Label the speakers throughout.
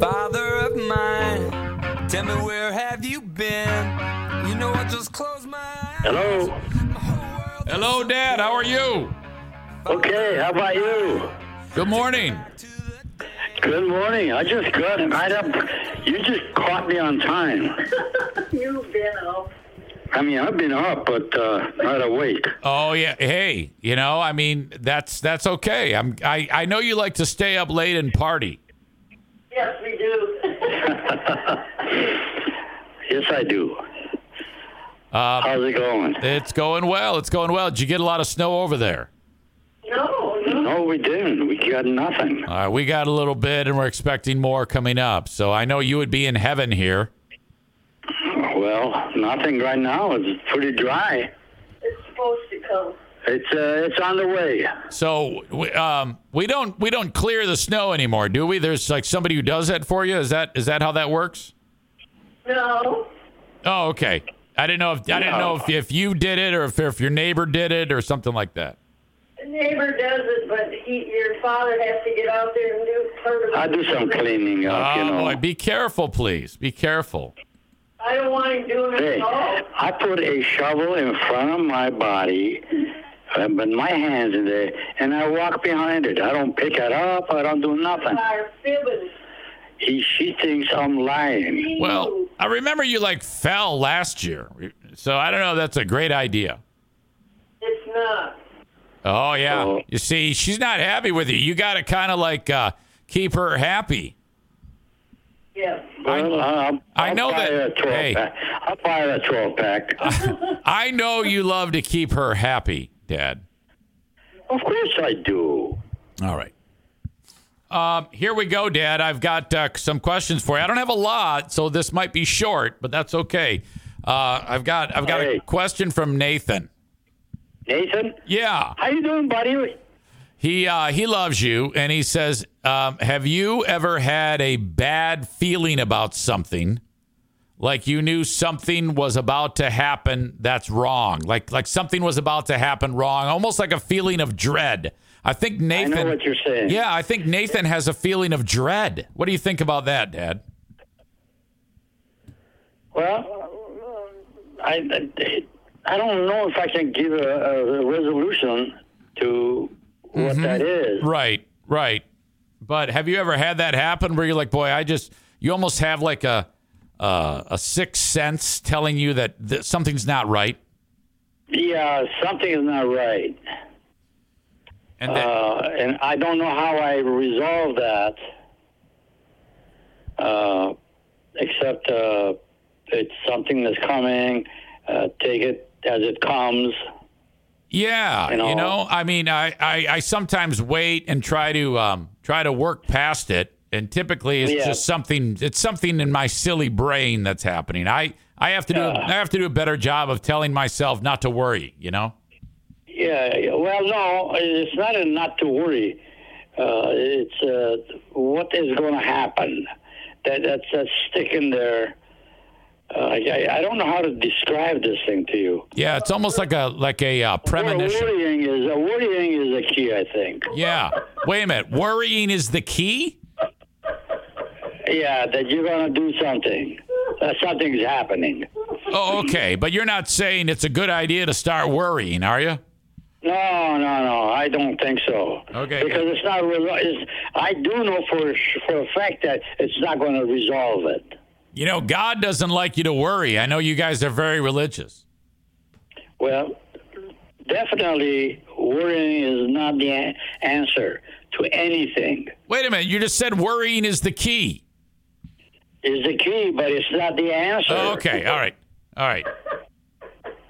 Speaker 1: Father of mine, tell me where have you been? You know I just closed my eyes.
Speaker 2: Hello.
Speaker 3: Hello, Dad. How are you?
Speaker 2: Okay, how about you?
Speaker 3: Good morning.
Speaker 2: Good morning. I just got right up. You just caught me on time.
Speaker 4: You've been up.
Speaker 2: I mean, I've been up, but uh, not awake.
Speaker 3: Oh yeah. Hey, you know, I mean, that's that's okay. I'm I I know you like to stay up late and party.
Speaker 4: Yes, we do.
Speaker 2: Yes, I do. How's it going?
Speaker 3: It's going well. It's going well. Did you get a lot of snow over there?
Speaker 4: no, no.
Speaker 2: No, we didn't. We got nothing.
Speaker 3: All right, Uh, we got a little bit, and we're expecting more coming up. So I know you would be in heaven here.
Speaker 2: Well, nothing right now. It's pretty dry.
Speaker 4: It's supposed to come.
Speaker 2: It's uh, it's on the way.
Speaker 3: So we, um, we don't we don't clear the snow anymore, do we? There's like somebody who does that for you. Is that is that how that works?
Speaker 4: No.
Speaker 3: Oh, okay. I didn't know if I didn't know if, if you did it or if, if your neighbor did it or something like that.
Speaker 4: The neighbor does it, but he, your father has to get out there and do part of
Speaker 2: I do some cleaning up, Um, you
Speaker 3: oh
Speaker 2: know.
Speaker 3: boy, be careful, please. Be careful.
Speaker 4: I don't want him doing it
Speaker 2: Hey,
Speaker 4: at all.
Speaker 2: I put a shovel in front of my body, uh, but my hands in there, and I walk behind it. I don't pick it up. I don't do nothing.
Speaker 4: Our fibbing.
Speaker 2: He, she thinks I'm lying.
Speaker 3: Well, I remember you like fell last year, so I don't know. if That's a great idea.
Speaker 4: It's not.
Speaker 3: Oh yeah.
Speaker 2: Oh.
Speaker 3: You see, she's not happy with you. You got to kind of like uh, keep her happy.
Speaker 4: Yes.
Speaker 2: Well, I'll,
Speaker 3: I
Speaker 2: I'll
Speaker 3: know
Speaker 2: buy
Speaker 3: that-
Speaker 2: her A 12
Speaker 3: hey.
Speaker 2: pack. I'll buy her a 12 pack.
Speaker 3: I know you love to keep her happy, Dad.
Speaker 2: of course I do.
Speaker 3: All right. Um, here we go, Dad. I've got uh, some questions for you. I don't have a lot, so this might be short, but that's okay. Uh, I've got I've got
Speaker 2: Hey.
Speaker 3: a question from Nathan.
Speaker 2: Nathan,
Speaker 3: Yeah,
Speaker 2: how you doing, buddy?
Speaker 3: he uh, he loves you, and he says, um, "Have you ever had a bad feeling about something? Like you knew something was about to happen that's wrong. Like like something was about to happen wrong. Almost like a feeling of dread. I think
Speaker 2: I
Speaker 3: Nathan.
Speaker 2: know what you're saying.
Speaker 3: Yeah, I think Nathan has a feeling of dread. What do you think about that, Dad?
Speaker 2: Well, I, I don't know if I can give a, a resolution to what
Speaker 3: Mm-hmm.
Speaker 2: that is.
Speaker 3: Right, right. But have you ever had that happen where you're like, boy, I just, you almost have like a uh, a sixth sense telling you that th- something's not right,
Speaker 2: Yeah, something is not right.
Speaker 3: and that,
Speaker 2: Uh, and I don't know how I resolve that, uh, except uh, it's something that's coming. Uh, take it as it comes.
Speaker 3: yeah,
Speaker 2: you know-
Speaker 3: you know, I mean, I, I I sometimes wait and try to um try to work past it, and typically it's
Speaker 2: Yeah.
Speaker 3: just something, it's something in my silly brain that's happening. I I have to do I have to do a better job of telling myself not to worry, you know.
Speaker 2: Yeah. Well, no, it's not a not to worry. Uh, it's uh, what is going to happen. That that's that's sticking there. Uh, I, I don't know how to describe this thing to you.
Speaker 3: Yeah, it's almost like a like a uh,
Speaker 2: Well,
Speaker 3: premonition.
Speaker 2: worrying is uh, worrying is a key, I think.
Speaker 3: Yeah. Wait a minute. Worrying is the key.
Speaker 2: Yeah, that you're going to do something. That something's happening.
Speaker 3: Oh, okay. But you're not saying it's a good idea to start worrying, are you?
Speaker 2: No, no, no. I don't think so.
Speaker 3: Okay.
Speaker 2: Because it's not. Re- it's, I do know for for a fact that it's not going to resolve it.
Speaker 3: You know, God doesn't like you to worry. I know you guys are very religious.
Speaker 2: Well, definitely, worrying is not the a- answer to anything.
Speaker 3: Wait a minute. You just said worrying is the key.
Speaker 2: It's the key, but it's not the answer.
Speaker 3: Oh, okay. All right. All right.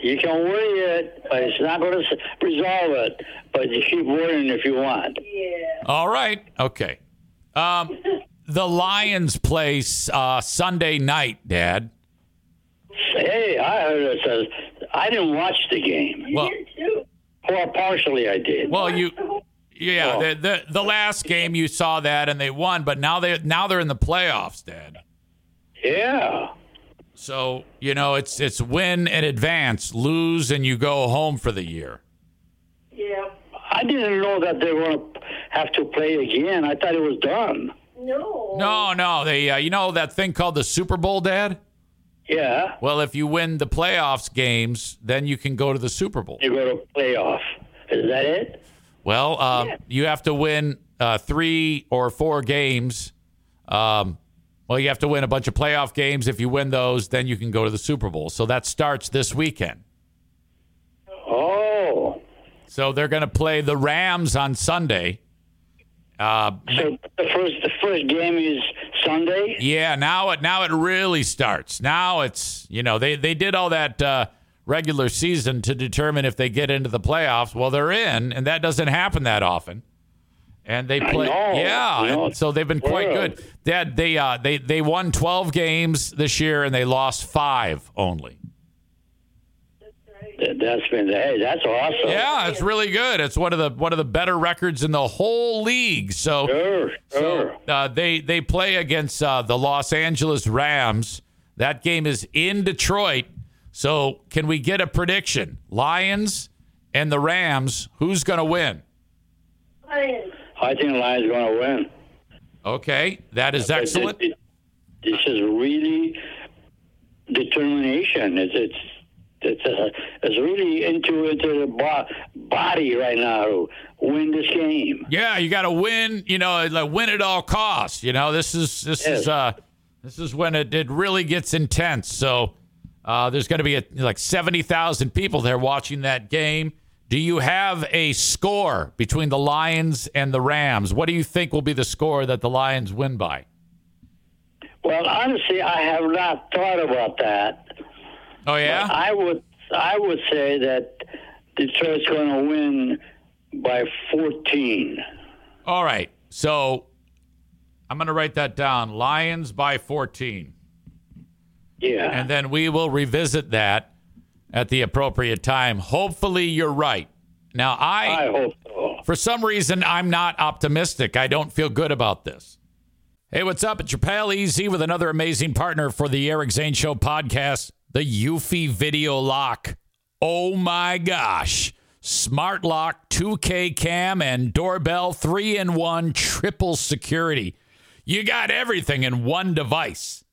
Speaker 2: You can worry it, but it's not going to resolve it. But you keep worrying if you want.
Speaker 4: Yeah.
Speaker 3: All right. Okay. Um, the Lions play uh, Sunday night, Dad.
Speaker 2: Hey, I heard it says I didn't watch the game.
Speaker 3: Well,
Speaker 4: You too.
Speaker 2: Well, partially I did.
Speaker 3: well, you. Yeah,
Speaker 2: Oh.
Speaker 3: the, the the last game you saw that and they won, but now they now they're in the playoffs, Dad.
Speaker 2: yeah.
Speaker 3: So you know it's it's win and advance, lose and you go home for the year.
Speaker 4: Yeah.
Speaker 2: I didn't know that they were going to have to play again. I thought it was done.
Speaker 4: No,
Speaker 3: No,
Speaker 4: No.
Speaker 3: no. They, uh, you know that thing called the Super Bowl, Dad?
Speaker 2: Yeah,
Speaker 3: Well, if you win the playoffs games, then you can go to the Super Bowl.
Speaker 2: you go to playoff. Is that it?
Speaker 3: Well, um, you have to win uh, three or four games. Um, well, you have to win a bunch of playoff games. If you win those, then you can go to the Super Bowl. So that starts this weekend.
Speaker 2: Oh,
Speaker 3: So they're going to play the Rams on Sunday. Uh,
Speaker 2: so the first the first game is Sunday.
Speaker 3: yeah, now it now it really starts. Now it's you know they they did all that uh, regular season to determine if they get into the playoffs. Well, they're in, and that doesn't happen that often. And they play,
Speaker 2: know.
Speaker 3: yeah.
Speaker 2: I know.
Speaker 3: And so they've been quite
Speaker 2: World.
Speaker 3: good. Dad, they uh, they they won twelve games this year, and they lost five only.
Speaker 2: That- That's been hey, that's awesome.
Speaker 3: Yeah, it's really good. It's one of the one of the better records in the whole league. So
Speaker 2: Sure, sure.
Speaker 3: So uh, they they play against uh, the Los Angeles Rams. That game is in Detroit. So can we get a prediction? Lions and the Rams. Who's going to win?
Speaker 4: Lions.
Speaker 2: I think Lions going to win.
Speaker 3: Okay, that is excellent.
Speaker 2: This, this is really determination. It's it's it's, uh, it's really into into the bo- body right now. to Win this game.
Speaker 3: Yeah, you got to win. You know, like win at all costs. You know, this is this is
Speaker 2: Yeah.
Speaker 3: uh, this is when it, it really gets intense. So uh, there's going to be a, like seventy thousand people there watching that game. Do you have a score between the Lions and the Rams? What do you think will be the score that the Lions win by?
Speaker 2: Well, honestly, I have not thought about that.
Speaker 3: Oh yeah,
Speaker 2: I would I would say that Detroit's going to win by 14.
Speaker 3: all right. So I'm going to write that down. Lions by fourteen.
Speaker 2: Yeah.
Speaker 3: and then we will revisit that at the appropriate time. Hopefully, you're right. Now, I,
Speaker 2: I hope so.
Speaker 3: for some reason, I'm not optimistic. I don't feel good about this. Hey, what's up? It's your pal Easy with another amazing partner for the Eric Zane Show podcast, the Eufy Video Lock. Oh my gosh. Smart lock, 2K cam, and doorbell 3 in 1 triple security. You got everything in one device.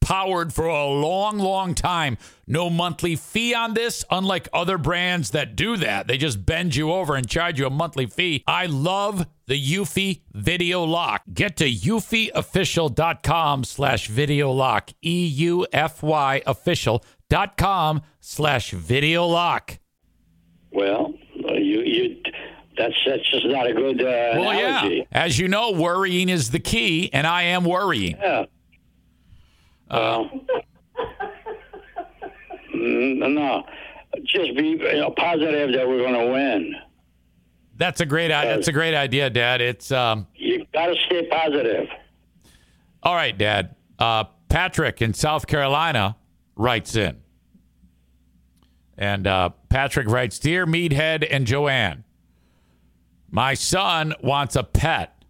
Speaker 3: powered for a long, long time. No monthly fee on this, unlike other brands that do that. They just bend you over and charge you a monthly fee. I love the Eufy Video Lock. Get to eufyofficial.com slash video lock. E E-U-F-Y official.com slash video lock.
Speaker 2: Well, you you that's that's just not a good uh,
Speaker 3: Well, yeah.
Speaker 2: analogy.
Speaker 3: As you know, worrying is the key, and I am worrying.
Speaker 2: Yeah. Well, n- Mm, no, just be uh, you know, positive that we're going to win.
Speaker 3: That's a great. i- That's a great idea, Dad. It's um.
Speaker 2: You got to stay positive.
Speaker 3: All right, Dad. Uh, Patrick in South Carolina writes in. And uh, Patrick writes Dear Meathead and Joanne, my son wants a pet.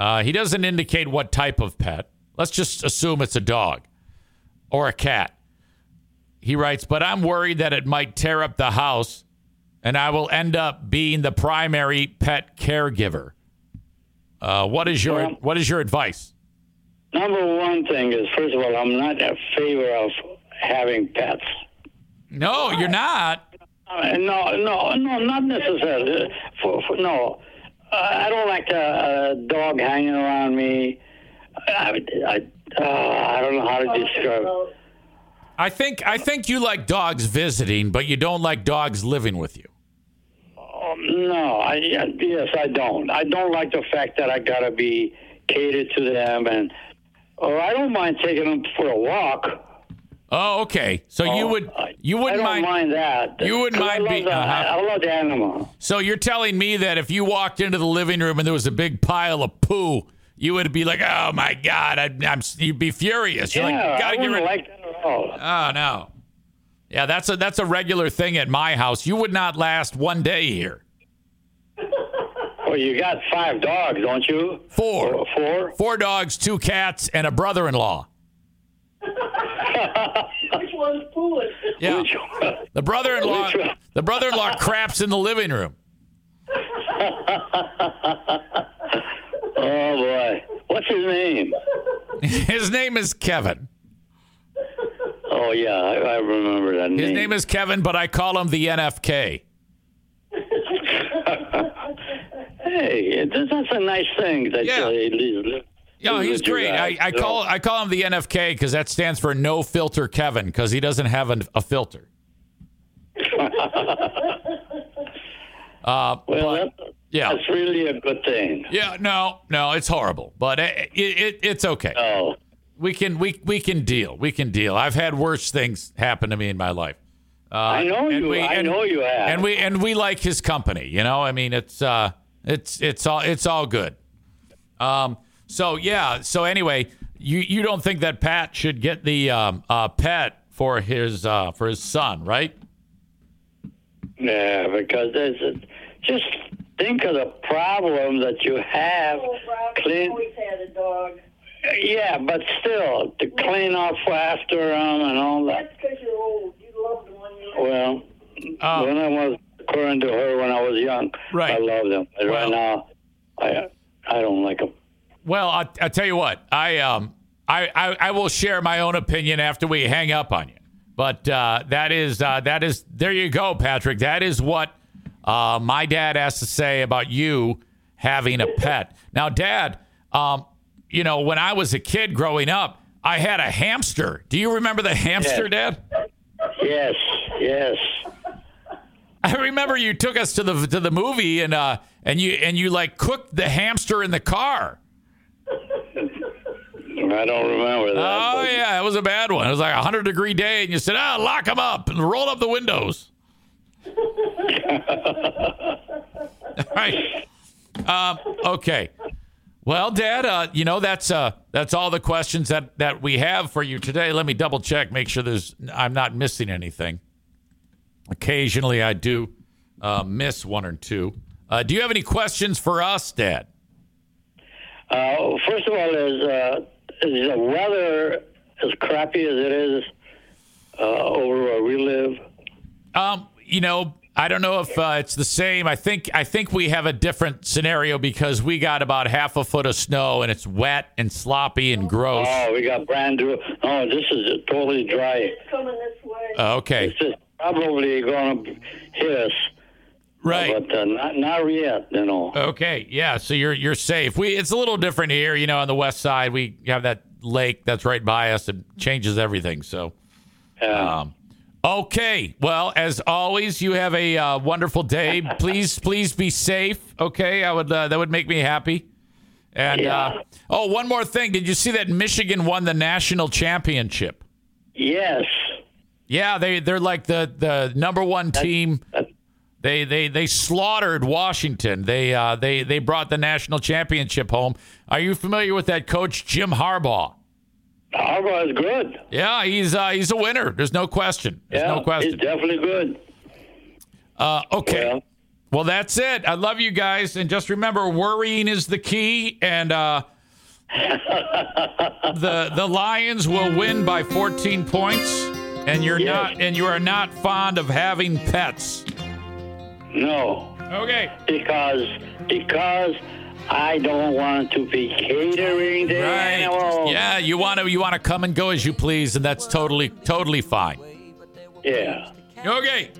Speaker 3: Uh, he doesn't indicate what type of pet. Let's just assume it's a dog or a cat. He writes, but I'm worried that it might tear up the house and I will end up being the primary pet caregiver. Uh, what is your
Speaker 2: Well-
Speaker 3: what is your advice?
Speaker 2: Number one thing is, first of all, I'm not in favor of having pets.
Speaker 3: No, you're not.
Speaker 2: Uh, no, no, no, not necessarily. For, for, no, uh, I don't like a, a dog hanging around me. I, I, uh, I don't know how to describe.
Speaker 3: I think I think you like dogs visiting, but you don't like dogs living with you.
Speaker 2: Um, No, I yes, I don't. I don't like the fact that I gotta be catered to them, and or I don't mind taking them for a walk.
Speaker 3: Oh, okay. So you would
Speaker 2: I-
Speaker 3: you
Speaker 2: I
Speaker 3: wouldn't
Speaker 2: don't mind,
Speaker 3: mind,
Speaker 2: that.
Speaker 3: you wouldn't
Speaker 2: 'Cause I
Speaker 3: mind
Speaker 2: love
Speaker 3: being-
Speaker 2: the-
Speaker 3: uh-huh.
Speaker 2: I love the animal.
Speaker 3: So you're telling me that if you walked into the living room and there was a big pile of poo, you would be like, "Oh my god, I, I'm," you'd be furious. You're
Speaker 2: yeah,
Speaker 3: like,
Speaker 2: I
Speaker 3: "Gotta get
Speaker 2: wouldn't
Speaker 3: rid."
Speaker 2: like that at all.
Speaker 3: oh no. Yeah, that's a that's a regular thing at my house. You would not last one day here.
Speaker 2: Well, you got five dogs, don't you? Oh.
Speaker 3: Four,
Speaker 2: Four.
Speaker 3: four dogs, two cats, and a brother-in-law.
Speaker 4: Which one's fooling?
Speaker 3: Yeah, the brother-in-law,
Speaker 2: Which one?
Speaker 3: the brother-in-law craps in the living room.
Speaker 2: Oh boy, what's his name?
Speaker 3: His name is Kevin.
Speaker 2: Oh yeah, I, I remember that name.
Speaker 3: His name is Kevin, but I call him the NFK.
Speaker 2: Hey, that's, that's a nice thing that
Speaker 3: Yeah.
Speaker 2: uh, he's.
Speaker 3: No, he's great. I, I call I call him the NFK because that stands for No Filter Kevin because he doesn't have an, a filter.
Speaker 2: Well, that-
Speaker 3: Yeah,
Speaker 2: that's really a good thing.
Speaker 3: yeah. No, no, it's horrible, but it, it, it it's okay.
Speaker 2: Oh,
Speaker 3: We can we we can deal. We can deal. I've had worse things happen to me in my life. Uh,
Speaker 2: I know you. I know you have.
Speaker 3: And we and we like his company. You know, I mean, it's uh, it's it's all it's all good. Um. So yeah. So anyway, you you don't think that Pat should get the um uh pet for his uh for his son, right?
Speaker 2: yeah, because there's a, just think of the problem that you have.
Speaker 4: Oh, Brock
Speaker 2: Clean.
Speaker 4: always had a dog.
Speaker 2: Yeah, but still to clean up after them and all
Speaker 4: That's
Speaker 2: that.
Speaker 4: because you're old. You loved one. You
Speaker 2: Well,
Speaker 3: Uh,
Speaker 2: when I was according to her when I was young,
Speaker 3: Right.
Speaker 2: I loved them. But
Speaker 3: Well-
Speaker 2: right now, I I don't like them.
Speaker 3: Well, I, I tell you what, I um, I, I I will share my own opinion after we hang up on you. But uh, that is uh, that is there you go, Patrick. That is what uh, my dad has to say about you having a pet. Now, Dad, um, you know when I was a kid growing up, I had a hamster. Do you remember the hamster, Dad?
Speaker 2: Yes, yes.
Speaker 3: I remember you took us to the to the movie and uh and you and you like cooked the hamster in the car.
Speaker 2: I don't remember that.
Speaker 3: Oh
Speaker 2: but-
Speaker 3: yeah, it was a bad one. It was like a hundred degree day, and you said, "Ah, lock them up and roll up the windows." All right. Um, okay. Well, Dad, uh, you know that's uh, that's all the questions that that we have for you today. Let me double check, make sure there's I'm not missing anything. Occasionally, I do uh, miss one or two. Uh, do you have any questions for us, Dad?
Speaker 2: Uh, first of all, is, uh, is the weather as crappy as it is uh, over where we live?
Speaker 3: Um, you know, I don't know if uh, it's the same. I think I think we have a different scenario because we got about half a foot of snow and it's wet and sloppy and gross.
Speaker 2: Oh, we got brand new. Oh, this is totally dry.
Speaker 4: It's coming this way.
Speaker 3: Uh, okay,
Speaker 2: This is probably going to hit us,
Speaker 3: right. Uh.
Speaker 2: but uh, not, not yet, you know.
Speaker 3: Okay, yeah. So you're you're safe. We it's a little different here. You know, on the west side, we have that lake that's right by us and changes everything. So.
Speaker 2: Yeah.
Speaker 3: Um, okay. Well, as always, you have a uh, wonderful day. Please, please be safe. Okay, I would uh, that would make me happy. And uh, oh, one more thing. Did you see that Michigan won the national championship?
Speaker 2: yes.
Speaker 3: Yeah, they they're like the the number one team.
Speaker 2: that-
Speaker 3: They they they slaughtered Washington. They uh, they they brought the national championship home. Are you familiar with that coach Jim Harbaugh?
Speaker 2: Harbaugh is good.
Speaker 3: Yeah, he's uh, he's a winner. There's no question. There's
Speaker 2: yeah,
Speaker 3: no
Speaker 2: He's
Speaker 3: question.
Speaker 2: definitely good.
Speaker 3: Uh, okay.
Speaker 2: Well,
Speaker 3: Well, that's it. I love you guys, and just remember, worrying is the key. And uh, the the Lions will win by 14 points, and you're
Speaker 2: Yes.
Speaker 3: not and you are not fond of having pets.
Speaker 2: no.
Speaker 3: Okay.
Speaker 2: because because I don't want to be catering the animals.
Speaker 3: Yeah, you want to you want to come and go as you please, and that's totally totally fine.
Speaker 2: Yeah.
Speaker 3: Okay.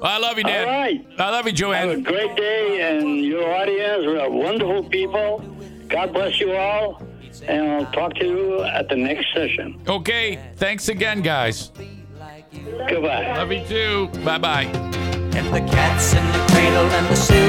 Speaker 3: Well, I love you, Dan.
Speaker 2: All right.
Speaker 3: I love you,
Speaker 2: Have a
Speaker 3: Joanne.
Speaker 2: great day, and your audience we are wonderful people. God bless you all, and I'll talk to you at the next session.
Speaker 3: Okay. Thanks again, guys.
Speaker 2: Goodbye.
Speaker 3: Love you too. Bye bye.
Speaker 5: And the cat's in the cradle and the sea